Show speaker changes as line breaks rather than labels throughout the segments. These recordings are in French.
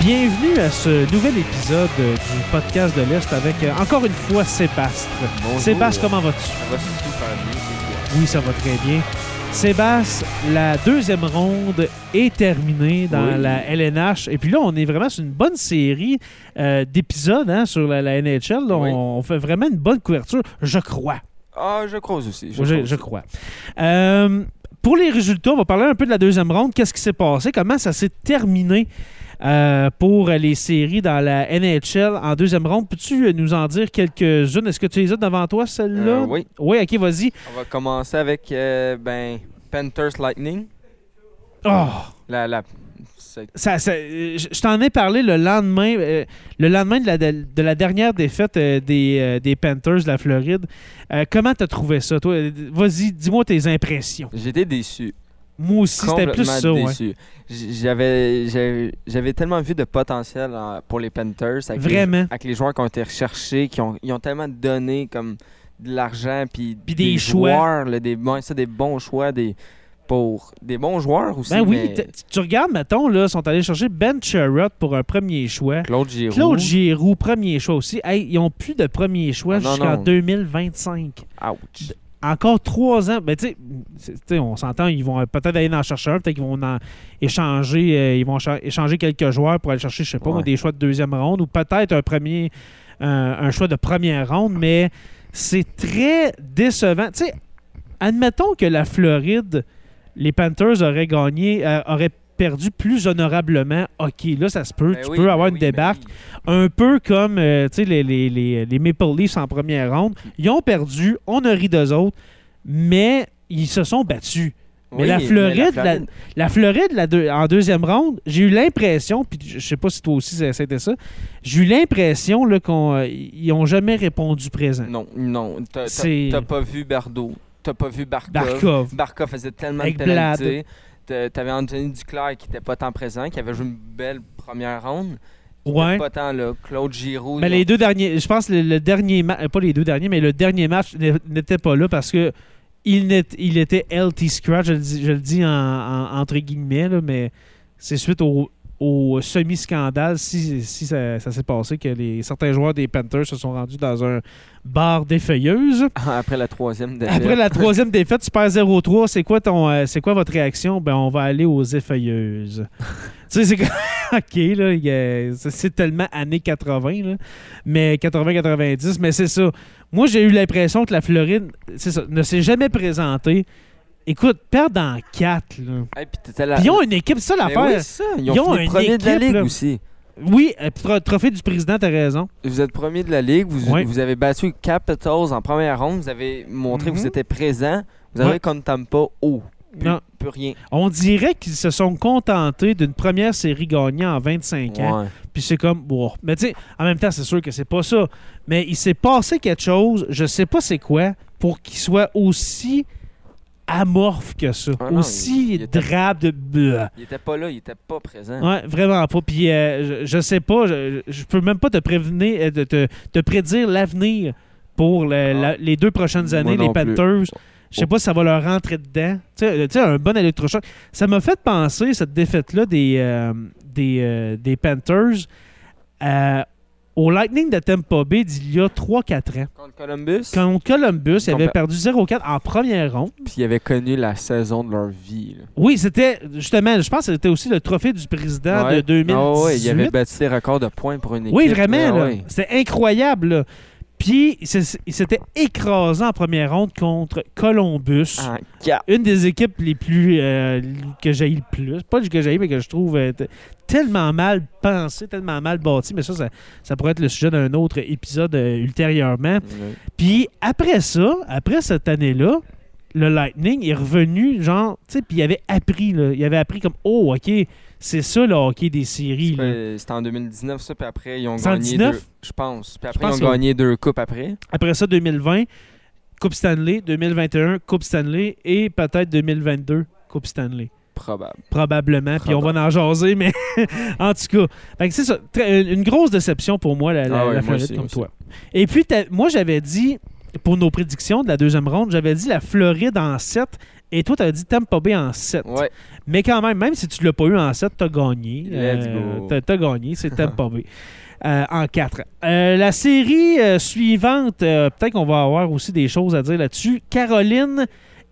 Bienvenue à ce nouvel épisode euh, du podcast de l'Est avec euh, encore une fois Sébastien.
Bonjour.
Sébastien, comment vas-tu?
Ça va super bien, c'est
Oui, ça va très bien. Sébastien, la deuxième ronde est terminée dans
Oui.
la LNH. Et puis là, on est vraiment sur une bonne série euh, d'épisodes hein, sur la, la NHL. là.
Oui.
on, on fait vraiment une bonne couverture, je crois.
quoi. Ah, je croise aussi.
Je, je crois. Euh, pour les résultats, on va parler un peu de la deuxième ronde. Qu'est-ce qui s'est passé? Comment ça s'est terminé euh, pour les séries dans la NHL en deuxième ronde? Peux-tu euh, nous en dire quelques-unes? Est-ce que tu les as devant toi, celles-là?
Euh, oui,
Oui, ok, vas-y.
on va commencer avec euh, ben, Panthers Lightning.
Oh!
La, la, c'est-
Ça- ça- euh, je je t'en ai parlé le lendemain, euh, le lendemain de la, de la dernière défaite euh, des, euh, des Panthers de la Floride. Euh, comment t'as trouvé ça, toi? Euh, Vas-y, dis-moi tes impressions.
J'étais déçu.
Moi aussi, c'était plus
complètement
ça, ouais.
déçu. J- J'avais, j'avais, j'avais tellement vu de potentiel en- pour les Panthers. Avec
Vraiment.
Les, avec les joueurs qui ont été recherchés, qui ont, ils ont tellement donné comme de l'argent, puis
Puis des choix.
joueurs, là, des, bons- ça, des bons choix, des, pour des bons joueurs aussi.
Ben oui,
mais
t- tu- tu regardes, mettons, là, sont allés chercher Ben Sherrod pour un premier choix.
Claude Giroux.
Claude Giroux, premier choix aussi. Hey, ils ont plus de premier choix
Ah, non,
jusqu'en
non.
2025.
Ouch.
Encore trois ans. Ben, tu sais, c'est- tu sais, on s'entend, ils vont peut-être aller en chercher un, peut-être qu'ils vont en échanger, euh, ils vont cha- échanger quelques joueurs pour aller chercher, je sais pas,
Ouais.
moi, des choix de deuxième ronde ou peut-être un premier, euh, un choix de première ronde, mais c'est très décevant. Tu sais, admettons que la Floride, les Panthers auraient gagné, euh, auraient perdu plus honorablement. Ok, là, ça se peut.
Ben
tu
oui,
peux
ben
avoir une
oui, ben
débarque.
oui.
Un peu comme euh, tu sais, les, les- les- les Maple Leafs en première ronde. Ils ont perdu, on a ri d'eux autres, mais ils se sont battus. Mais la Floride, la- La Floride, la deux- en deuxième ronde, j'ai eu l'impression, puis je je sais pas si toi aussi ça- c'était ça, j'ai eu l'impression là, qu'on euh, ils ont jamais répondu présent.
Non, non. T'as- t'as-
C'est-
T'as pas vu Bardo. T'as pas vu Barkov.
Barkov.
Barkov faisait tellement de
Ekblad.
pénalités. T'a- T'avais Anthony Duclair qui était pas tant présent, qui avait joué une belle première ronde.
Ouais.
Pas tant là. Claude Giroux.
Mais
non.
les deux derniers, je pense le, le dernier match, pas les deux derniers, mais le dernier match n'é- n'était pas là parce que il, n'était- il était LT Scratch, je le dis, je le dis en, en- entre guillemets, là, mais c'est suite au, au semi-scandale, si, si ça, ça s'est passé, que les, certains joueurs des Panthers se sont rendus dans un bar des feuilleuses.
Ah, Après la troisième défaite.
Après la troisième défaite, tu perds 0-3. C'est quoi ton, euh, c'est quoi votre réaction Ben, on va aller aux effeuilleuses. tu sais, c'est que- ok là, il y a- c'est- c'est tellement années 80 là, mais 80-90, mais c'est ça. Moi, j'ai eu l'impression que la Floride, c'est ça, ne s'est jamais présentée. Écoute, perdre en 4, là.
Hey, puis t'étais la-
Puis ils ont une équipe, c'est ça
Ben Ah, oui,
l'affaire.
c'est ça. Ils ont,
Ils ont
fini
une
premier de la
équipe,
Ligue
là.
aussi.
Oui, euh, tro- trophée du président, t'as raison.
Vous êtes premier de la Ligue. Vous,
Ouais.
vous avez battu Capitals en première ronde. Vous avez montré que
Mhm.
vous étiez présent. Vous
Ouais.
avez contre Tampa haut. Plus,
Non.
plus rien.
On dirait qu'ils se sont contentés d'une première série gagnée en 25 ans.
Ouais.
Puis c'est comme, wow. Mais tu sais, en même temps, c'est sûr que c'est pas ça. Mais il s'est passé quelque chose, je sais pas c'est quoi, pour qu'il soit aussi amorphe que ça.
Ah non,
aussi
il- il était-
drabe de. bleu.
Il était pas là. Il était pas présent.
Ouais, vraiment pas. Puis euh, je, je sais pas, je, je peux même pas te prévenir, euh, de te, te prédire l'avenir pour le-
Ah.
la- les deux prochaines
Moi
années, les
non plus.
Panthers. Je sais pas si ça va leur rentrer dedans. Tu sais, euh, tu sais, un bon électrochoc. Ça m'a fait penser, cette défaite-là des, euh, des, euh, des Panthers, euh, au Lightning de Tampa Bay d'il y a 3-4 ans.
Contre Columbus.
Contre Columbus, ils avaient
Compa-
perdu 0-4 en première ronde.
Puis ils avaient connu la saison de leur vie. là.
Oui, c'était justement, je pense que c'était aussi le trophée du président
Ouais.
de 2018.
Ah ouais, ils avaient battu des records de points pour une équipe.
Oui, vraiment.
là,
là.
ouais.
C'était incroyable. là. Puis, il s'est- il s'était écrasé en première ronde contre Columbus.
En quatre.
Une des équipes les plus. euh, que j'ai le plus. Pas que j'ai mais que je trouve euh, t- tellement mal pensée, tellement mal bâtie. Mais ça, ça, ça pourrait être le sujet d'un autre épisode euh, ultérieurement.
Ouais.
Puis, après ça, après cette année-là, le Lightning est revenu, genre, tu sais, puis il avait appris, là. Il avait appris comme, oh, OK, c'est ça le hockey des séries, là.
Ouais, C'était en 2019, ça, puis après, ils ont
C'est en
gagné
19?
deux. Je pense. Puis
Je
après,
pense
ils ont
que-
gagné deux coupes après.
Après ça, 2020, Coupe Stanley. 2021, Coupe Stanley. Et peut-être 2022, Coupe Stanley.
Probable.
Probablement. Puis on va en jaser, mais en tout cas. Fait que c'est ça. Très- une grosse déception pour moi, la, la-
Ah ouais,
la
moi
Floride,
aussi,
comme toi.
moi
Et puis, t'as- moi, j'avais dit, pour nos prédictions de la deuxième ronde, j'avais dit la Floride en 7 Et toi, tu as dit Tampa Bay en 7.
Ouais.
Mais quand même, même si tu l'as pas eu en 7, tu as gagné.
Let's
Euh,
go.
t'as- t'as gagné, c'est Tampa Bay. euh, en 4. la série euh, suivante, euh, peut-être qu'on va avoir aussi des choses à dire là-dessus. Caroline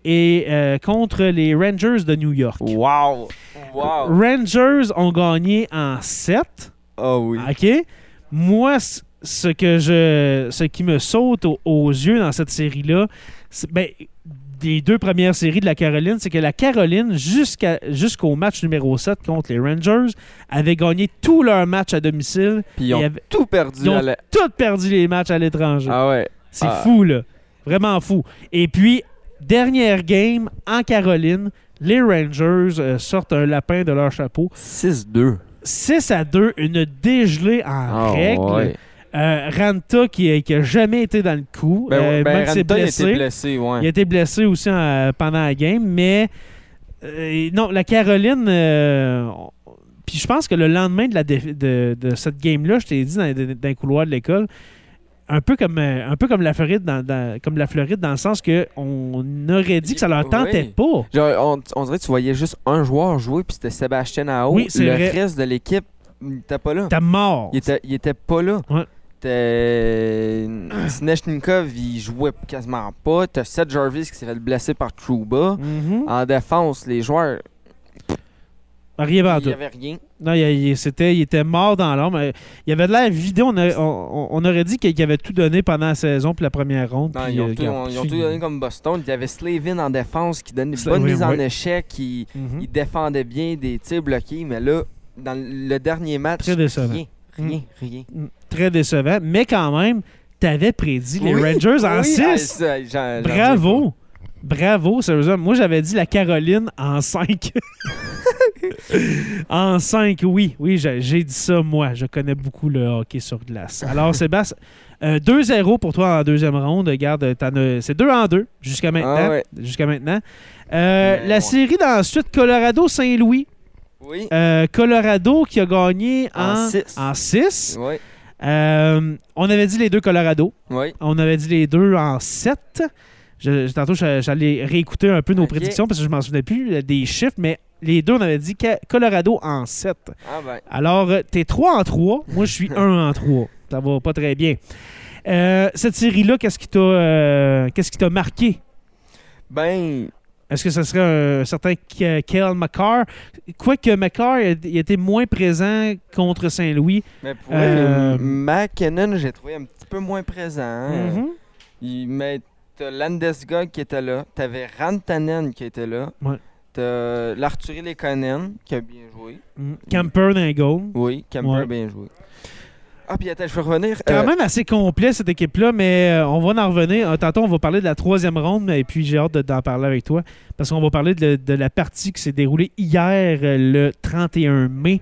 est euh, contre les Rangers de New York.
Wow! Wow!
Rangers ont gagné en 7.
Oh oui.
OK? Moi, c- ce que je ce qui me saute au- aux yeux dans cette série-là, c'est- ben, des deux premières séries de la Caroline, c'est que la Caroline, jusqu'à- jusqu'au match numéro 7 contre les Rangers, avait gagné tous leurs matchs à domicile.
Puis ils
et
ont
avait-
tout perdu.
ils ont
à la-
toutes perdu les matchs à l'étranger.
Ah ouais.
C'est
Ah.
fou, là. Vraiment fou. Et puis, dernière game en Caroline, les Rangers euh, sortent un lapin de leur chapeau.
6-2.
6 à 2, une dégelée en
Ah
règle.
ouais.
Euh, Ranta qui, qui a jamais été dans le coup,
Ben,
euh,
ben,
même s'il est
Ranta, il a
blessé.
été blessé, ouais.
Il a été blessé aussi en- pendant la game, mais euh, non, la Caroline. euh, on- puis je pense que le lendemain de, la dé- de, de cette game-là, je t'ai dit dans, dans les couloirs de l'école, un peu comme euh, un peu comme la Floride dans, dans- comme la Floride dans le sens que on aurait dit que ça leur tentait
Oui.
pas.
Genre, on, on dirait que tu voyais juste un joueur jouer, puis c'était Sébastien Ao.
Oui, c'est
le
vrai.
reste de l'équipe, il était pas là.
T'es mort.
Il était, il était pas là.
Ouais.
T'es- Sinechnikov, il jouait quasiment pas. T'as Seth Jarvis qui s'est fait blesser par Trouba.
Mhm.
En défense, les joueurs,
Rien
il
avant
n'y avait rien.
Non, il, il- c'était, il était mort dans l'ombre. Euh, Il avait de l'air vidé. On, a- on- on aurait dit qu'il avait tout donné pendant la saison puis la première ronde.
Non,
puis,
ils, ont
euh,
tout,
regarde,
ils ont
puis-
tout donné comme Boston. Il y avait Slavin en défense qui donnait des
Sla-
bonnes
oui,
mises en
oui.
échec. Il,
Mhm.
il défendait bien des tirs bloqués. Mais là, dans le dernier match,
Très décevant.
rien. Rien, rien.
Mm, Très décevant. Mais quand même, t'avais prédit les
Oui,
Rangers en
oui,
6.
ah, ça, j'en- j'en reviens
Bravo. Bravo, sérieusement. Moi, j'avais dit la Caroline en 5. en 5, oui. Oui, j'ai j'ai dit ça, moi. Je connais beaucoup le hockey sur glace. Alors, Sébastien, euh, 2-0 pour toi en deuxième ronde. Regarde, t'en as- c'est 2 en 2 jusqu'à
pas.
maintenant.
Ah ouais.
jusqu'à maintenant. Euh,
Mais
la
ouais.
série d'ensuite, Colorado-Saint-Louis.
Oui.
Euh, Colorado qui a gagné Euh, en
En six.
6.
Oui.
on avait dit les deux Colorado.
Oui.
On avait dit les deux en 7. Je, je- tantôt, je- j'allais réécouter un peu nos
Ok.
prédictions parce que je m'en souvenais plus euh, des chiffres, mais les deux, on avait dit que Colorado en 7.
Ah ben.
Alors, euh, t'es 3 en 3. Moi, je suis 1 en 3. Ça va pas très bien. Euh, cette série-là, qu'est-ce qui t'a euh, qu'est-ce qui t'a marqué
Ben.
Est-ce que ce serait un certain K- Kale McCarr? Quoique McCarr il a- il était moins présent contre Saint-Louis.
Mais pour
Euh,
vrai, McKinnon, j'ai trouvé un petit peu moins présent. hein.
Mhm.
Il- mais t'as Landeskog qui était là. T'avais Rantanen qui était là.
Ouais.
T'as L'arthurie Lekonen qui a bien joué.
Mhm. Camper d'un goal.
Oui, Kemper
Ouais.
a bien joué. Ah, puis attends, je peux revenir.
Quand
Euh,
même assez complet cette équipe-là, mais euh, on va en revenir. Euh, Tantôt, on va parler de la troisième ronde, mais- et puis j'ai hâte de- d'en parler avec toi parce qu'on va parler de, de la partie qui s'est déroulée hier, euh, le 31 mai.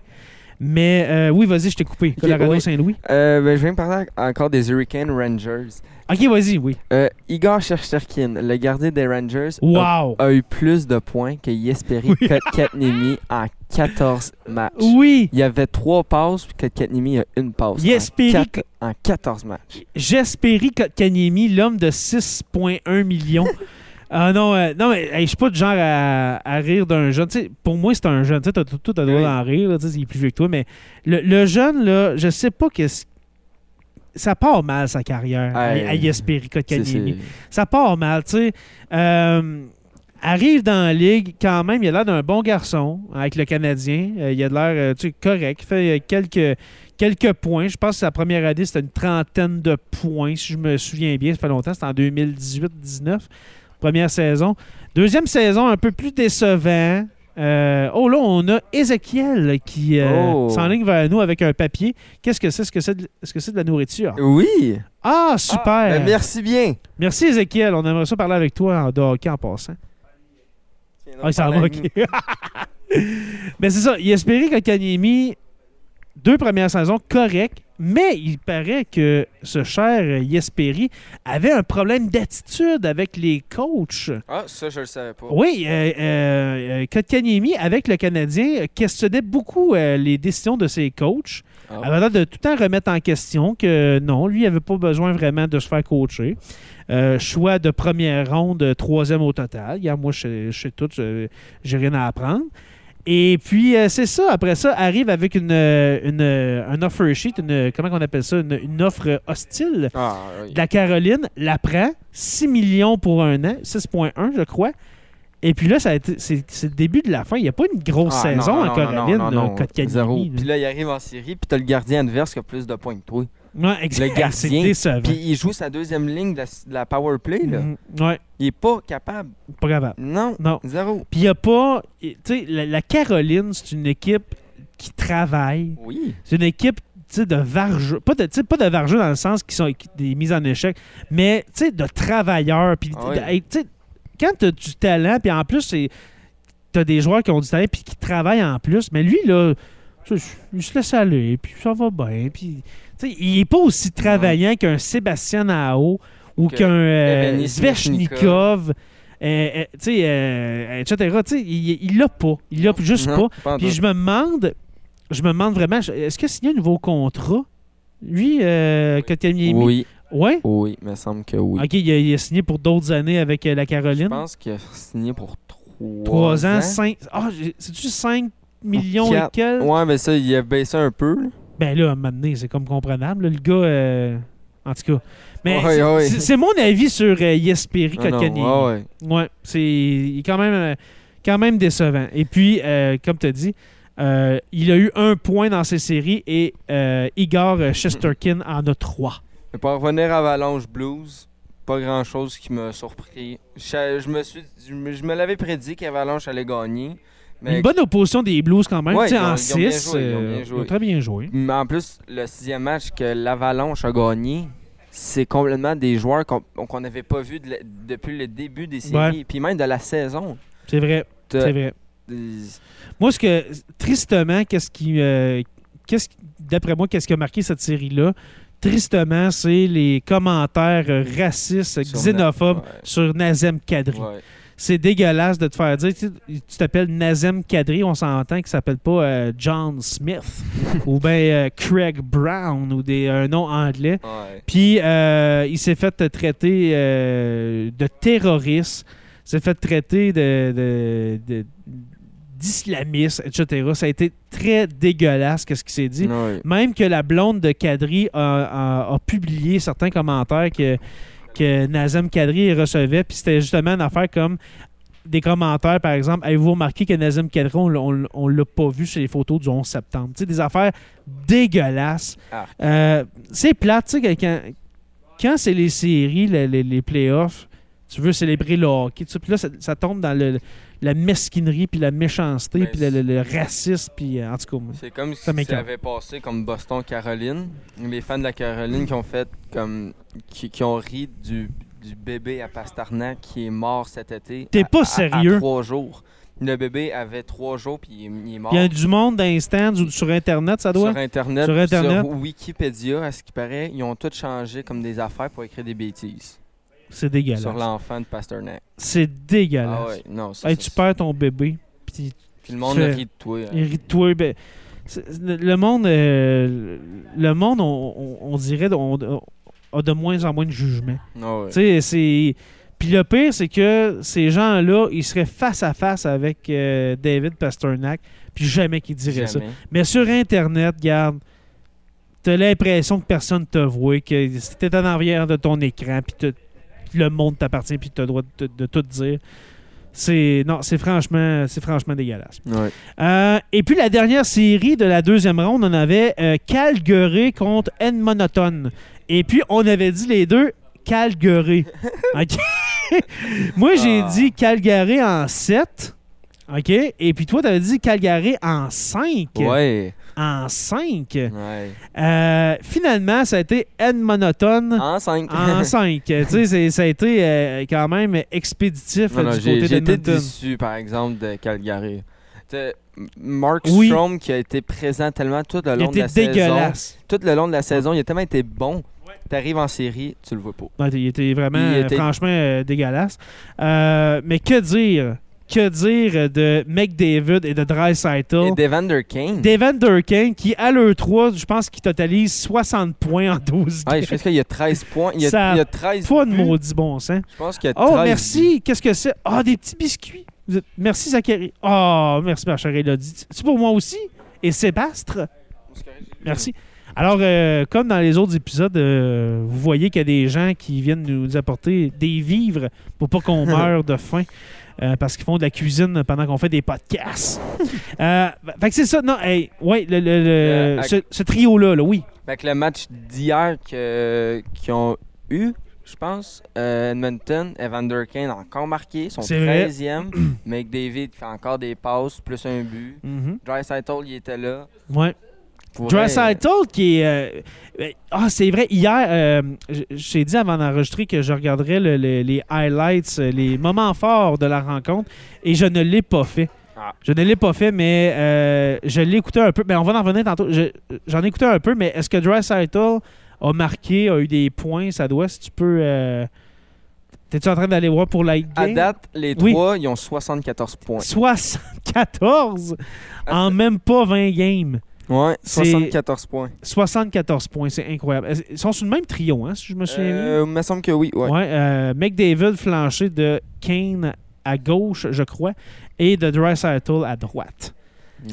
Mais euh, oui, vas-y, je t'ai coupé. Colorado
oui.
Saint-Louis.
euh, ben, je viens de parler encore des Hurricane Rangers.
Ok, vas-y, oui.
Euh, Igor Shesterkin, le gardien des Rangers, a-
Wow!
a, eu plus de points que Jesperi
Oui.
Kotkaniemi en 14 matchs.
Oui!
Il y avait trois passes, puis Kotkaniemi a une passe.
Jesperi-
En, quatre- en 14 matchs.
Jesperi Kotkaniemi, l'homme de 6,1 millions. Ah non, euh, non, mais hey, je suis pas du genre à, à rire d'un jeune. Tu sais, pour moi, c'est un jeune. Tu sais, t'as tout, tout à droit
Oui.
d'en rire. là, tu sais, il est plus vieux que toi. Mais le, le jeune, là, je sais pas que... Ça part mal, sa carrière, à-
Hey.
à Jesperi
C'est-
Kotkaniemi
c'est-
ça part mal, tu sais. Euh, arrive dans la ligue, quand même, il a l'air d'un bon garçon avec le Canadien. Euh, il a de l'air, euh, tu sais, correct. Il fait euh, quelques, quelques points. Je pense que sa première année, c'était une trentaine de points, si je me souviens bien. Ça fait longtemps, c'était en 2018-19, première saison. Deuxième saison, un peu plus décevant. Euh, oh là, on a Ezekiel qui euh,
Oh.
s'enligne vers nous avec un papier. Qu'est-ce que c'est? Est-ce que c'est de, est-ce que c'est de la nourriture?
Oui!
Ah, super!
Ah, ben, merci bien!
Merci Ézéchiel, on aimerait ça parler avec toi en de hockey en passant. Ah, il s'en va, ok. Ben, Mais c'est ça, il espérait que Kanyemi, deux premières saisons correctes, Mais il paraît que ce cher Yesperi avait un problème d'attitude avec les coachs.
Ah, ça, je le savais pas.
Oui, euh, euh, Kotkaniemi, avec le Canadien, questionnait beaucoup euh, les décisions de ses coachs.
Ah.
Avant de tout le temps remettre en question que non, lui, il n'avait pas besoin vraiment de se faire coacher. Euh, choix de première ronde, troisième au total. Regarde, moi, je je sais tout, je- j'ai rien à apprendre. Et puis, euh, c'est ça. Après ça, arrive avec une, euh, une, euh, un offer sheet, une, comment on appelle ça, une, une offre hostile
Ah, oui.
de la Caroline, la prend, 6 millions pour un an, 6,1 je crois. Et puis là, ça a été- c'est c'est le début de la fin. Il n'y a pas une grosse
Ah, non,
saison
non,
en
non,
Caroline,
non, non,
euh,
non.
Kotkaniemi,
Zéro.
là.
Puis là, il arrive en série, puis t'as le gardien adverse qui a plus de points que toi.
Ouais, exact.
Le gardien,
C'est décevant.
Puis il joue sa deuxième ligne de la, de la power play, là.
Mhm. Ouais,
Il est pas capable.
pas grave.
Non,
Non.
zéro.
Puis il n'y a pas. Tu sais, la, la Caroline, c'est une équipe qui travaille.
Oui.
C'est une équipe tu sais, de vargeux. Pas de, tu sais, pas de vargeux dans le sens qui sont qui- des mises en échec, mais tu sais, de travailleurs. Puis
Ah oui.
de- hey, tu sais, quand tu as du talent, puis en plus, c'est- t'as des joueurs qui ont du talent puis qui travaillent en plus, mais lui, là, tu sais, il se laisse aller, puis ça va bien. Puis, tu sais, il est pas aussi travaillant qu'un Sébastien Nao ou
Que
qu'un euh,
Evgeny
Svechnikov, euh, euh, tu sais, euh, etc. Tu sais, il il l'a pas. Il l'a juste pas.
Non, en
Puis
tout.
je me demande, je me demande vraiment, je- est-ce que signé un nouveau contrat? Lui, euh,
Oui.
Kotkaniemi?
Oui,
Ouais?
oui, il me semble que oui.
OK, il a, il a signé pour d'autres années avec euh, la
Je
Caroline.
pense qu'il a signé pour 3,
Trois ans, cinq... Ah, j'ai- c'est-tu 5 millions
Quatre.
et quelques?
Ouais, mais ça, il a baissé un peu. là.
Ben là, à un moment donné, c'est comme comprenable. là, le gars... euh, En tout cas... Mais
Ouais,
c'est-
ouais.
c'est c'est mon avis sur euh, Jesperi
Non, non,
Kotkaniemi.
ouais, ouais.
Ouais, c'est il est quand même, euh, quand même décevant. Et puis, euh, comme tu as dit, euh, il a eu un point dans ses séries et euh, Igor Chesterkin en a trois.
Mais pour revenir à Avalanche Blues, pas grand chose qui m'a surpris. Je, je me suis, je, me- je me l'avais prédit qu'Avalanche allait gagner. Mais
Une bonne opposition des Blues quand même,
Ouais,
tu sais,
ils ont-
en
ils ont bien
6.
joué, ils ont bien joué.
très bien joué.
mais en plus, le sixième match que l'Avalanche a gagné, c'est complètement des joueurs qu'on qu'on n'avait pas vus de la- depuis le début des séries, puis même de la saison.
C'est vrai,
T'as-
c'est vrai. Moi, ce que, tristement, qu'est-ce qui, euh, qu'est-ce qui- d'après moi, qu'est-ce qui a marqué cette série-là, tristement, c'est les commentaires euh, racistes,
Sur-
xénophobes
ouais.
sur Nazem Kadri.
Ouais.
c'est dégueulasse de te faire dire. Tu sais, tu t'appelles Nazem Kadri, on s'entend qu'il s'appelle pas euh, John Smith ou bien euh, Craig Brown ou des, un nom anglais.
Ouais.
Puis euh, il s'est fait traiter euh, de terroriste, s'est fait traiter de, de- de- d'islamiste, etc. Ça a été très dégueulasse, qu'est-ce qu'il s'est dit.
Ouais.
Même que la blonde de Kadri a, a- a publié certains commentaires que, que Nazem Kadri recevait, puis c'était justement une affaire comme des commentaires, par exemple, avez-vous remarqué que Nazem Kadri, on, l'a- on l'a- on l'a pas vu sur les photos du 11 septembre? Tu sais, des affaires dégueulasses.
Ah.
Euh, c'est plate, tu sais, que quand, quand c'est les séries, les, les- les playoffs, tu veux célébrer le hockey, tu sais, puis là, ça, ça tombe dans le- la mesquinerie, puis la méchanceté,
Ben,
puis le, le- le racisme, puis euh, en tout cas... moi.
C'est comme si
Ça
ça
m'écoeure.
avait passé comme Boston-Caroline. Les fans de la Caroline qui ont fait comme. qui, qui ont ri du, du bébé à Pasternak qui est mort cet été.
T'es
à-
pas
à- à
sérieux?
trois jours. Le bébé avait trois jours puis il, est- il est mort.
Il y a du monde dans les stands ou sur Internet, ça doit?
Sur Internet,
Sur
sur
Internet.
Wikipédia, à ce qui paraît, ils ont tout changé comme des affaires pour écrire des bêtises
C'est dégueulasse.
sur l'enfant de Pasternak.
C'est dégueulasse.
Ah ouais, non, ça,
Hey,
ça,
tu
ça.
perds ton bébé, puis
Puis le monde
fais-
rit de toi. hein.
il rit de toi. ben, c'est- le le monde, euh, le monde, on, on- on dirait, on- on- a de moins en moins de jugement.
Ah ouais.
Tu sais, c'est. Puis le pire, c'est que ces gens-là, ils seraient face à face avec euh, David Pasternak, puis jamais qu'ils diraient ça.
Jamais.
Mais sur Internet, garde, t'as l'impression que personne te voit, que c'était en arrière de ton écran, puis t'as- le monde t'appartient, puis t'as le droit de, de tout dire. C'est non, c'est franchement, c'est franchement dégueulasse.
Ouais.
Euh, et puis la dernière série de la deuxième ronde, on avait euh, Calgary contre Edmonton. Et puis on avait dit les deux Calgary. OK. Moi j'ai
Ah.
dit Calgary en 7. OK. Et puis toi t'avais dit Calgary en 5
Ouais.
en 5.
ouais.
finalement, ça a été Edmonton
En cinq.
Ah. en 5. tu sais, c'est- ça a été euh, quand même expéditif
Non,
euh,
non,
du
j'ai
côté
j'ai été
d'Edmonton.
déçu, par exemple, de Calgary. T'sais, Mark oui. Strom qui a été présent tellement tout le long de la saison.
Il était dégueulasse.
Tout le long de la saison, il a tellement été bon. Tu arrives en série, tu le vois pas.
Ouais, il était vraiment, il était... franchement, euh, dégueulasse. Euh, mais que dire que dire de McDavid et de Dreisaitl.
Et Devander Kane.
Devander Kane qui, à l'E3, je pense qu'il totalise 60 points en 12
games. Ouais, Ah, je pense qu'il y a 13 points. Il y a, Ça il y a 13
pas de maudit bon sens.
Je pense qu'il y a
13 Oh, merci. Qu'est-ce que c'est? Ah, oh, des petits biscuits. Merci, Zachary. Oh, merci, ma chère Elodie. C'est pour moi aussi. Et Sébastre. Merci. Alors, euh, comme dans les autres épisodes, euh, vous voyez qu'il y a des gens qui viennent nous apporter des vivres pour pas qu'on meure de faim. Euh, parce qu'ils font de la cuisine pendant qu'on fait des podcasts. euh, fait que c'est ça. Non, hey, ouais, le, le, le, euh, ce, ce trio-là, là, oui.
Avec le match d'hier qu'ils ont eu, je pense, euh, Edmonton, Evander Kane a encore marqué, son 13e. McDavid fait encore des passes, plus un but. Mm -hmm. il était là.
Ouais.
euh,
Dressitel qui est. Euh, ah, c'est vrai, hier, euh, j'ai dit avant d'enregistrer que je regarderais le, le, les highlights, euh, les moments forts de la rencontre, et je ne l'ai pas fait. Ah. Je ne l'ai pas fait, mais euh, je l'ai écouté un peu. Mais on va en revenir tantôt. J'en je, ai écouté un peu, mais est-ce que Dressitel a marqué, a eu des points Ça doit, si tu peux. euh, T'es-tu en train d'aller voir pour la game?
À date, les trois, oui. ils ont 74 points.
74 En même pas 20 games.
Ouais, 74 points.
74 points, c'est incroyable. Ils sont sur le même trio, hein, si je me souviens
euh, Il me semble que oui. Ouais.
ouais euh, McDavid flanché de Kane à gauche, je crois, et de Dreisaitl à droite. Ouais.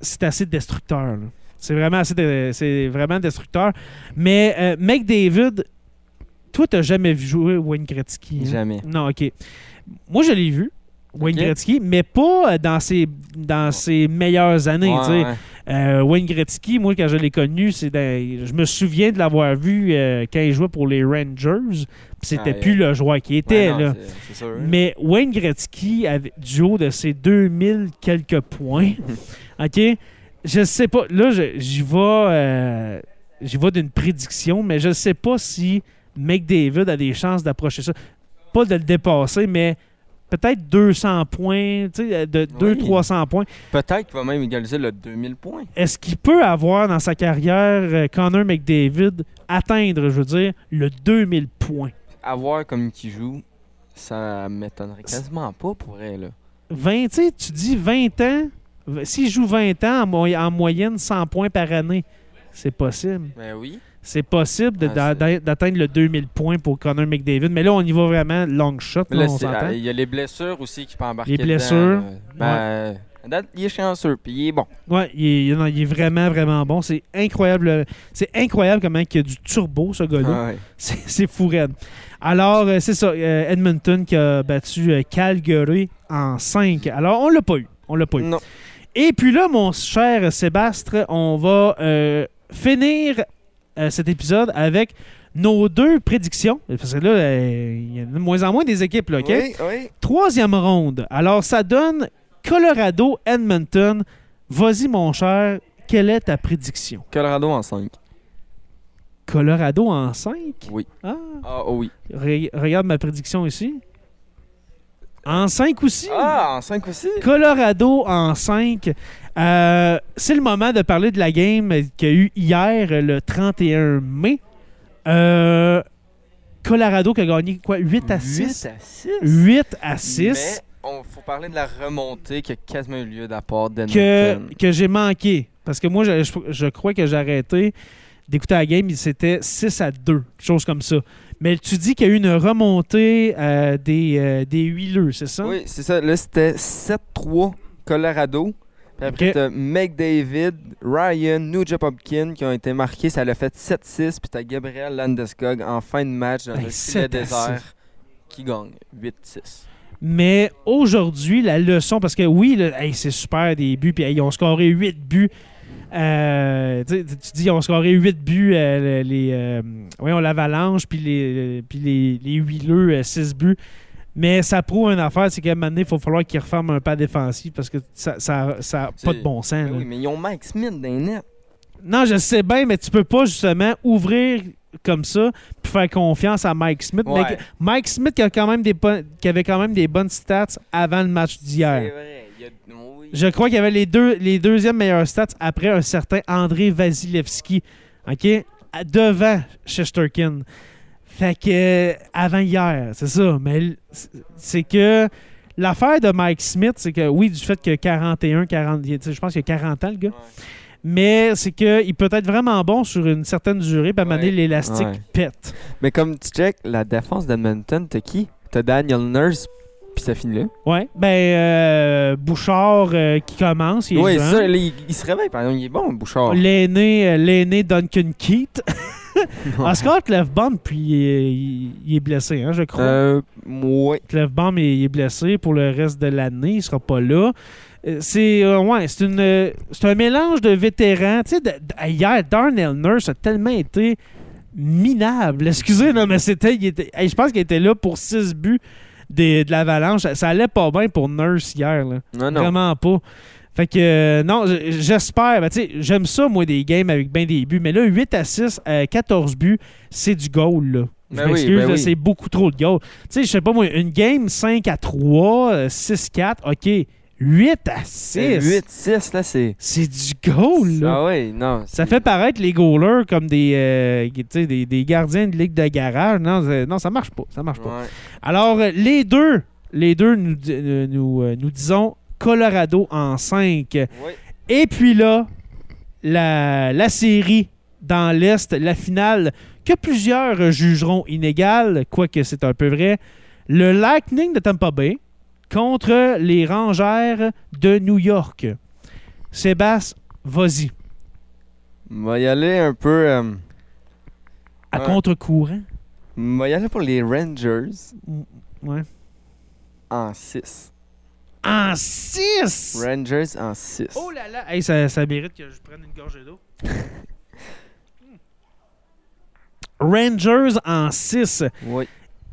C'est assez destructeur. C'est vraiment assez de, c'est vraiment destructeur. Mais euh, McDavid, toi, t'as jamais vu jouer Wayne Gretzky. Hein?
Jamais.
Non, OK. Moi, je l'ai vu. Wayne okay. Gretzky, mais pas euh, dans ses, dans ses meilleures années. Ouais, ouais. Euh, Wayne Gretzky, moi, quand je l'ai connu, c'est je me souviens de l'avoir vu euh, quand il jouait pour les Rangers. C'était ah, plus yeah. le joueur qui était. Ouais, non, là. C est, c est mais Wayne Gretzky, avait, du haut de ses 2000 quelques points, OK? Je sais pas. Là, j'y vais, euh, vais d'une prédiction, mais je sais pas si McDavid a des chances d'approcher ça. Pas de le dépasser, mais peut-être 200 points, tu sais, de oui. 200-300 points.
Peut-être qu'il va même égaliser le 2000 points.
Est-ce qu'il peut avoir dans sa carrière euh, Connor McDavid atteindre, je veux dire, le 2000 points?
Avoir comme qui joue, ça m'étonnerait quasiment pas pour elle.
20, tu tu dis 20 ans, s'il joue 20 ans, en, mo en, moyenne 100 points par année, c'est possible.
Ben oui.
Ah, C'est possible d'atteindre le 2000 points pour Connor McDavid, mais là, on y va vraiment long shot. Là, là, on
euh, il y a les blessures aussi qui peuvent embarquer.
Les blessures.
Ben, ouais. ben, il est chanceux, puis il est bon.
Oui, il, il, est vraiment, vraiment bon. C'est incroyable. euh, C'est incroyable comment il y a du turbo, ce gars-là. Ah ouais. C'est fou raide. Alors, euh, c'est ça, Edmonton qui a battu euh, Calgary en 5. Alors, on l'a pas eu. On l'a pas eu.
Non.
Et puis là, mon cher Sébastre, on va euh, finir euh, cet épisode avec nos deux prédictions. Parce que là, il euh, y a de moins en moins des équipes, là, OK?
Oui, oui.
Troisième ronde. Alors, ça donne Colorado-Edmonton. Vas-y, mon cher, quelle est ta prédiction?
Colorado en 5.
Colorado en 5?
Oui.
Ah,
ah oui.
Re regarde ma prédiction ici. En 5 aussi?
Ah, en 5 aussi?
Colorado en 5. Euh, c'est le moment de parler de la game qu'il y a eu hier, le 31 mai. Euh, Colorado qui a gagné quoi? 8 à 6?
8 à 6.
8 à 6.
Mais il faut parler de la remontée qui a quasiment eu lieu d'apport
Que, que j'ai manqué. Parce que moi, je, je, je crois que j'ai arrêté d'écouter la game. C'était 6 à 2, chose comme ça. Mais tu dis qu'il y a eu une remontée euh, des, des huileux, c'est ça?
Oui, c'est ça. Là, c'était 7-3 Colorado. Puis après, okay. as McDavid, Ryan, Nugent Hopkins qui ont été marqués. Ça l'a fait 7-6. Puis t'as Gabriel Landeskog en fin de match dans
Ben,
hey, le filet désert 6. qui gagne 8-6.
Ah Mais aujourd'hui, la leçon, parce que oui, hey, c'est super des buts. Puis hey, ils ont scoré 8 buts. Euh, tu dis, ils ont scoré 8 buts, euh, les, euh, oui, on l'avalanche, puis les, puis les, les huileux, 6 buts. Mais ça prouve une affaire, c'est qu'à un moment donné, il faut falloir qu'ils referment un pas défensif parce que ça n'a ça, ça pas de bon sens.
ben Oui, mais ils ont Mike Smith dans les net.
Non, je sais bien, mais tu peux pas justement ouvrir comme ça puis faire confiance à Mike Smith.
Ouais.
Mais Mike Smith qui, a quand même des qui avait quand même des bonnes stats avant le match d'hier.
C'est vrai. Il y a... oui.
Je crois qu'il y avait les deux les deuxièmes meilleurs stats après un certain André Vasilevski, OK? À- Devant Chesterkin. Fait que euh, avant hier, c'est ça. Mais l- c'est- c'est que l'affaire de Mike Smith, c'est que oui, du fait que 41, 40, tu sais, je pense qu'il a 40 ans, le gars. Mais c'est qu'il peut être vraiment bon sur une certaine durée, puis à un moment donné,
Ouais.
l'élastique
Ouais.
pète.
Mais comme tu check, la défense d'Edmonton, t'as qui T'as Daniel Nurse, puis ça finit là.
Ouais. Ben, euh, Bouchard euh, qui commence, il est
Oui,
jeune.
ça, là, il, il se réveille, par exemple. Il est bon, Bouchard.
L'aîné, euh, l'aîné Duncan Keat.
Ah.
Oscar Clefbaum, puis il est- il, il est blessé, hein, je crois.
Euh, ouais.
Clefbaum, il, il est blessé pour le reste de l'année. Il sera pas là. Euh, C'est euh, ouais, c'est une, euh, c'est un mélange de vétérans. Tu sais, de- de- hier, Darnell Nurse a tellement été minable. Excusez, non, mais c'était, il était- hey, je pense qu'il était là pour 6 buts des- de l'avalanche. Ça, ça allait pas bien pour Nurse hier. Là.
Ah, Non, non.
Vraiment pas. Fait que, euh, non, j- j'espère. Ben, tu sais, j'aime ça, moi, des games avec bien des buts. Mais là, 8 à 6, euh, 14 buts, c'est du goal, là. Je
Ben oui,
m'excuse,
ben
là,
oui.
c'est beaucoup trop de goal. Tu sais, je sais pas, moi, une game 5 à 3, euh, 6 4, OK. 8 à 6,
C'est 8-6, là, c'est.
c'est du goal, là.
Ah ouais, non.
Ça
c'est-
fait paraître les goalers comme des, euh, tu sais, des, des gardiens de ligue de garage. Non, c'est- non, ça marche pas. Ça marche pas.
Ouais.
Alors, euh, les deux, les deux, nous, di- euh, nous, euh, nous disons Colorado en 5.
Ouais.
Et puis là, la, la série dans l'Est, la finale que plusieurs euh, jugeront inégale, quoique c'est un peu vrai. Le Lightning de Tampa Bay contre les Rangers de New York. Sébastien, vas-y.
On va y aller un peu. euh,
À
Ouais.
contre-courant.
on va y aller pour les Rangers
Ouais.
en 6.
En 6!
Rangers en 6.
Oh là là! Hey, ça, ça mérite que je prenne une gorgée d'eau. Rangers en 6.
Oui.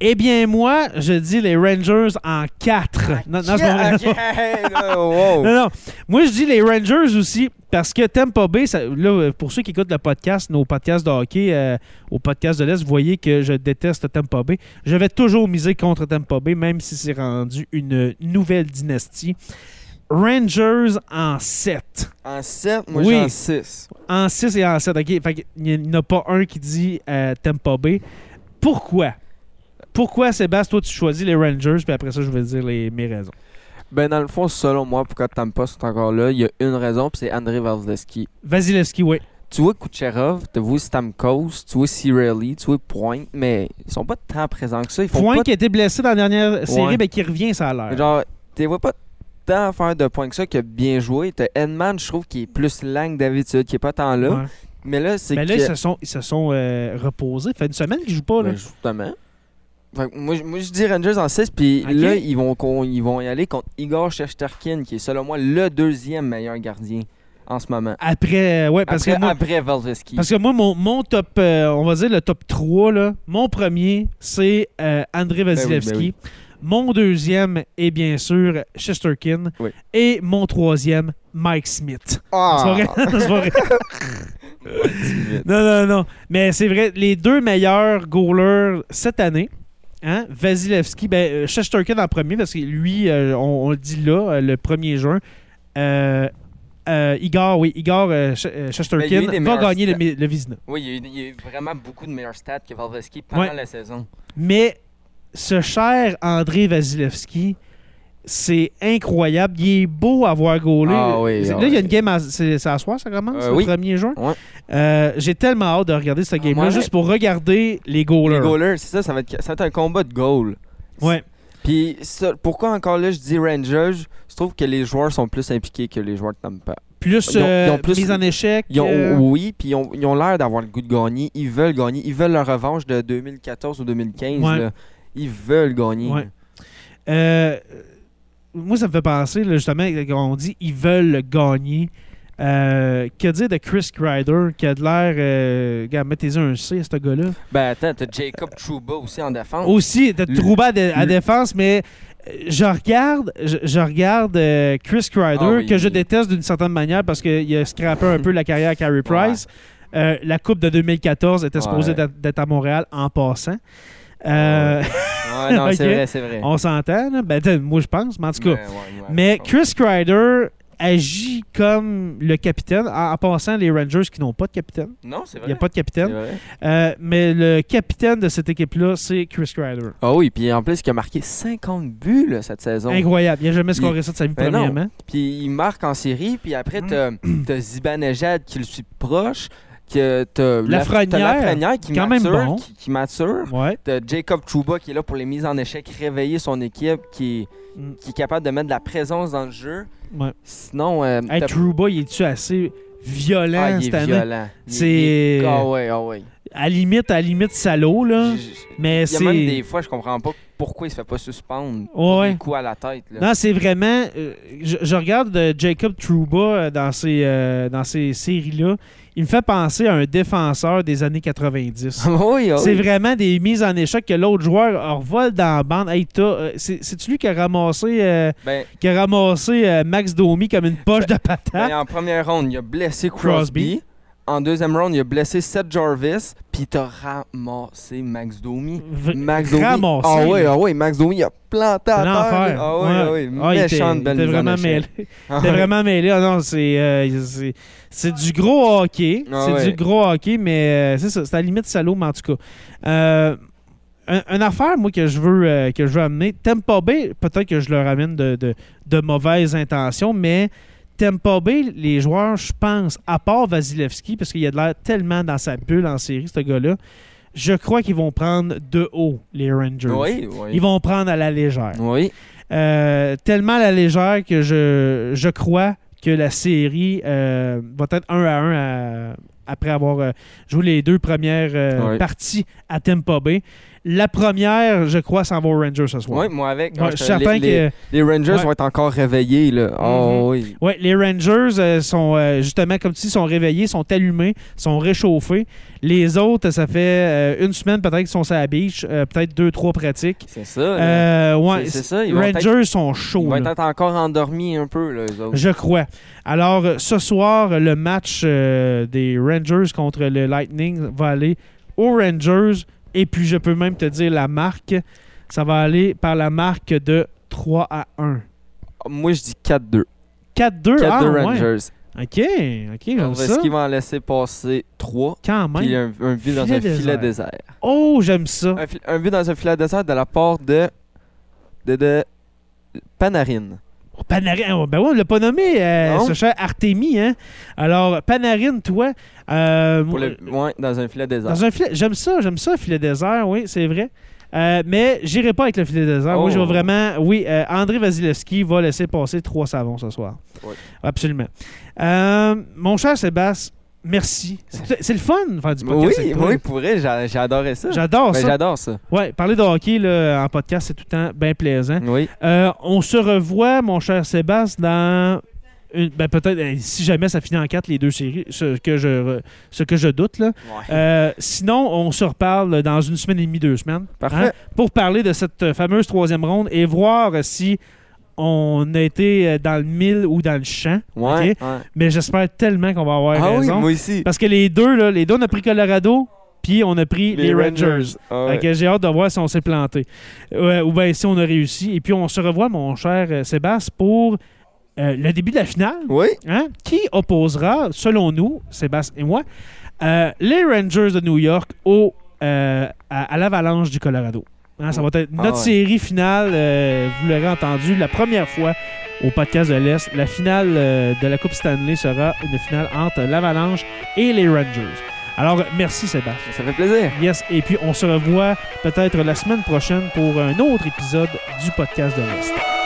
Eh bien, moi, je dis les Rangers en 4. non, non, c'est pas vrai.
Ok, là, wow.
Non, non. Moi, je dis les Rangers aussi parce que Tampa Bay, ça- là, pour ceux qui écoutent le podcast, nos podcasts de hockey, euh, au podcast de l'Est, vous voyez que je déteste Tampa Bay. Je vais toujours miser contre Tampa Bay, même si c'est rendu une nouvelle dynastie. Rangers en 7.
En 7, moi
Oui.
j'ai en 6.
En 6 et en 7, OK. Fait qu'il n'y- il n'y en a pas un qui dit euh, Tampa Bay. Pourquoi? Pourquoi, Sébastien, toi, tu choisis les Rangers, puis après ça, je vais te dire les, mes raisons.
Ben, dans le fond, selon moi, pourquoi Tampa sont encore là, il y a une raison, puis c'est André Vasilevski.
Vasilevski, oui.
Tu vois Kucherov, tu vois Stamkos, tu vois Cirelli, tu vois Point, mais ils sont pas tant présents que ça. Ils font
Point
pas
qui a été blessé dans la dernière série,
Ouais.
mais qui revient, ça a l'air.
Genre, tu vois pas tant faire de points que ça, qui a bien joué. T'as Edman, je trouve, qui est plus lent que d'habitude, qui est pas tant là.
Ouais.
Mais là, c'est
Mais
que...
là, ils se sont, ils se sont euh, reposés. Ça fait une semaine qu'ils jouent pas. Là.
Ben, justement. Fait que moi, je- moi, je dis Rangers en 6, puis
Ok.
là, ils vont, con- ils vont y aller contre Igor Shesterkin, qui est selon moi le deuxième meilleur gardien en ce moment.
Après, euh, ouais, parce
après
que moi,
après Valveski.
parce que moi mon, mon top, euh, on va dire le top 3, là, mon premier, c'est euh, André
oui,
Vasilevski.
ben oui.
Mon deuxième est bien sûr Chesterkin.
Oui.
Et mon troisième, Mike Smith. C'est pas
Ah!
vrai. C'est pas vrai. Non, non, non. Mais c'est vrai, les deux meilleurs goalers cette année, hein, Vasilevski, ben, euh, Shesterkin en premier, parce que lui, euh, on, on le dit là, euh, le 1er juin. Euh, euh, Igor, oui, Igor euh, Sh- euh,
Mais Ben, il y
Shesterkin
a eu des
va
meilleurs
gagner le,
stats.
mi- le Vizina.
Oui, il y, a eu, il y a eu vraiment beaucoup de meilleurs stats que Valveski pendant
Ouais.
la saison.
Mais ce cher André Vasilevski, c'est incroyable. Il est beau à voir gauler.
Ah oui,
C'est-
ah
là, il y a
oui.
une game à, c'est, c'est à soir, ça commence,
Euh,
le
oui.
1er juin.
Ouais.
Euh, j'ai tellement hâte de regarder cette game-là,
ouais.
juste pour regarder les goalers.
Les goalers, c'est ça, ça va, être, ça va être un combat de goal.
Ouais.
Puis ça- pourquoi encore là, je dis Rangers, je trouve que les joueurs sont plus impliqués que les joueurs de Tampa.
Plus,
Ils ont-
euh,
ils ont plus-
mise en échec.
Ils ont,
euh,
Oui, puis ils ont, ils ont l'air d'avoir le goût de gagner. Ils veulent gagner. Ils veulent leur revanche de 2014 ou 2015.
Ouais.
là. Ils veulent gagner.
Ouais. euh, moi, ça me fait penser, là, justement, quand on dit ils veulent gagner. Euh, que dire de Chris Kreider qui a de l'air. Euh, regarde, mettez-y un C à ce gars-là.
Ben attends, t'as Jacob Trouba aussi en défense.
Aussi, t'as
Oh. Le-
Trouba à, dé- à
le-
défense, mais euh, je regarde, je, je regarde euh, Chris Kreider,
Ah oui.
que je déteste d'une certaine manière parce qu'il a scrappé un peu la carrière à Carey Price. Euh, la Coupe de 2014 était supposée
Ouais.
d'être- d'être à Montréal en passant. Euh,
Ouais, non, c'est
Ok.
vrai, c'est vrai.
On s'entend, là. Ben, t'sais, moi, je pense, mais en tout cas.
Ben, ouais, ouais,
Mais
ouais.
Chris Kreider, agit comme le capitaine, en, en passant les Rangers qui n'ont pas de capitaine.
Non, c'est
Il
vrai.
n'y a pas de capitaine. Euh, mais le capitaine de cette équipe-là, c'est Chris Kreider.
Ah oui, puis en plus, il a marqué 50 buts là, cette saison.
Incroyable. Il n'a jamais scoré ça de sa vie,
Mais Ben non.
premièrement.
Puis il marque en série, puis après,
Mm.
t'as t'as Zibanejad qui le suit proche, que t'as
Lafrenière,
t'as Lafrenière qui
quand même
mature,
bon.
qui, qui mature.
Ouais.
T'as Jacob Trouba qui est là pour les mises en échec, réveiller son équipe, qui,
Mm.
qui est capable de mettre de la présence dans le jeu.
ouais.
Sinon, euh,
Hey,
t'as-
Trouba, il est-tu assez violent
ah, il
cette
est
année?
violent. Il-
C'est-
il- Ah ouais, ah ouais.
À limite, à limite, salaud, là.
J- j-
Mais
Il y a
c'est.
même des fois, je comprends pas pourquoi il se fait pas suspendre. pour
Ouais.
des coups à la tête. Là.
Non, c'est vraiment. euh, je, je regarde euh, Jacob Trouba euh, dans ces, euh, dans ces séries-là. Il me fait penser à un défenseur des années 90.
oui, ah oui.
C'est vraiment des mises en échec que l'autre joueur revole dans la bande. Hey, t'as, euh, c'est- c'est-tu lui qui a ramassé, euh,
Ben,
qui a ramassé euh, Max Domi comme une poche de patate?
ben, en première ronde, il a blessé
Hein? Crosby.
Crosby. En deuxième ronde, il a blessé Seth Jarvis. Puis t'as ramassé Max Domi.
V-
Max Domi.
Euh, ramassé,
Ah oui,
là.
ah oui, Max Domi, il a planté à
C'est
terre.
l'enfer.
Ah oui, ah oui.
Ah, il était-
méchante
il
belle
était
mise en
vraiment
échec.
mêlé.
Ah
T'es
oui.
vraiment mêlé. Ah non, c'est, euh, c'est, c'est du gros hockey.
Ah
c'est
ouais.
du gros hockey, mais euh, c'est ça. C'est à la limite salaud, mais en tout cas. Euh, un- une affaire, moi, que je veux, euh, que je veux amener. Tampa Bay, peut-être que je le ramène de, de, de mauvaises intentions, mais Tampa Bay, les joueurs, je pense, à part Vasilevski, parce qu'il a de l'air tellement dans sa bulle en série, ce gars-là, je crois qu'ils vont prendre de haut les Rangers.
Oui, oui.
Ils vont prendre à la légère.
Oui.
Euh, tellement à la légère que je, je crois que la série euh, va être 1 à 1 à- après avoir euh, joué les deux premières euh,
Ouais.
parties à Tampa Bay. La première, je crois, s'en va aux Rangers ce soir.
Oui, moi avec.
Ouais,
ah,
je
je-
suis certain
les,
que
les- les Rangers
Ouais.
vont être encore réveillés. Là.
Mhm.
Oh, oui.
ouais, les Rangers euh, sont euh, justement comme si sont réveillés, sont allumés, sont réchauffés. Les autres, ça fait euh, une semaine peut-être qu'ils sont sur la beach, euh, peut-être deux, trois pratiques.
C'est ça. là.
Euh, ouais,
C'est- c'est ça. Ils vont,
Rangers
être,
sont
ils
chauds.
vont
là.
être encore endormis un peu, là, eux autres.
Je crois. Alors, euh, ce soir, euh, le match euh, des Rangers contre le Lightning va aller aux Rangers. Et puis, je peux même te dire la marque. Ça va aller par la marque de 3 à 1.
Ah, Moi, je dis 4-2.
4-2
4-2
ah, ouais.
Rangers.
OK, OK, j'aime ça.
Vasilevski va en laisser passer 3.
Quand
Puis euh, il y
même.
a un, un but dans
Filet
un filet
désert.
désert.
Oh, j'aime ça.
Un, fil- un but dans un filet désert de la part de. de. de Panarin.
Oh, Panarin, oh, ben ouais, on l'a pas nommé, euh,
Non.
ce cher Artemi. Hein? Alors, Panarin, toi, euh,
Pour le, ouais, dans un filet désert.
Dans un filet. J'aime ça, j'aime ça, filet désert, oui, c'est vrai. Euh, mais j'irai pas avec le filet désert. Moi,
Oh.
je vais vraiment. Oui, euh, André Vasilevski va laisser passer trois savons ce soir.
Ouais.
Absolument. Euh, mon cher Sébastien, merci. C'est c'est le fun de faire du podcast.
oui,
avec toi.
oui, pour vrai, j'a- j'ai adoré ça.
J'adore
Ben,
ça.
J'adore ça.
Ouais, parler de hockey là, en podcast, c'est tout le temps bien plaisant.
Oui.
Euh, on se revoit, mon cher Sébastien, dans. une- ben, peut-être, euh, si jamais ça finit en quatre, les deux séries, ce que je, re- ce que je doute, là. Euh, sinon, on se reparle dans une semaine et demie, deux semaines. hein,
Parfait.
pour parler de cette euh, fameuse troisième ronde et voir euh, si on a été euh, dans le mille ou dans le champ.
Ouais.
ok?
ouais.
Mais j'espère tellement qu'on va avoir
Ah oui,
raison.
moi aussi.
Parce que les deux, là, les deux, on a pris Colorado, puis on a pris les, Rangers.
Ah ouais.
Fait que j'ai hâte de voir si on s'est planté. Ouais, ou bien si on a réussi. Et puis on se revoit, mon cher euh, Sébastien, pour euh, le début de la finale.
Oui.
Hein? qui opposera, selon nous, Sébastien et moi, euh, les Rangers de New York au, euh, à, à l'Avalanche du Colorado. Hein, ça va être notre
ouais.
série finale, euh, vous l'aurez entendu, la première fois au podcast de l'Est. La finale euh, de la Coupe Stanley sera une finale entre l'Avalanche et les Rangers. Alors, merci Sébastien.
Ça fait plaisir.
Yes, et puis on se revoit peut-être la semaine prochaine pour un autre épisode du podcast de l'Est.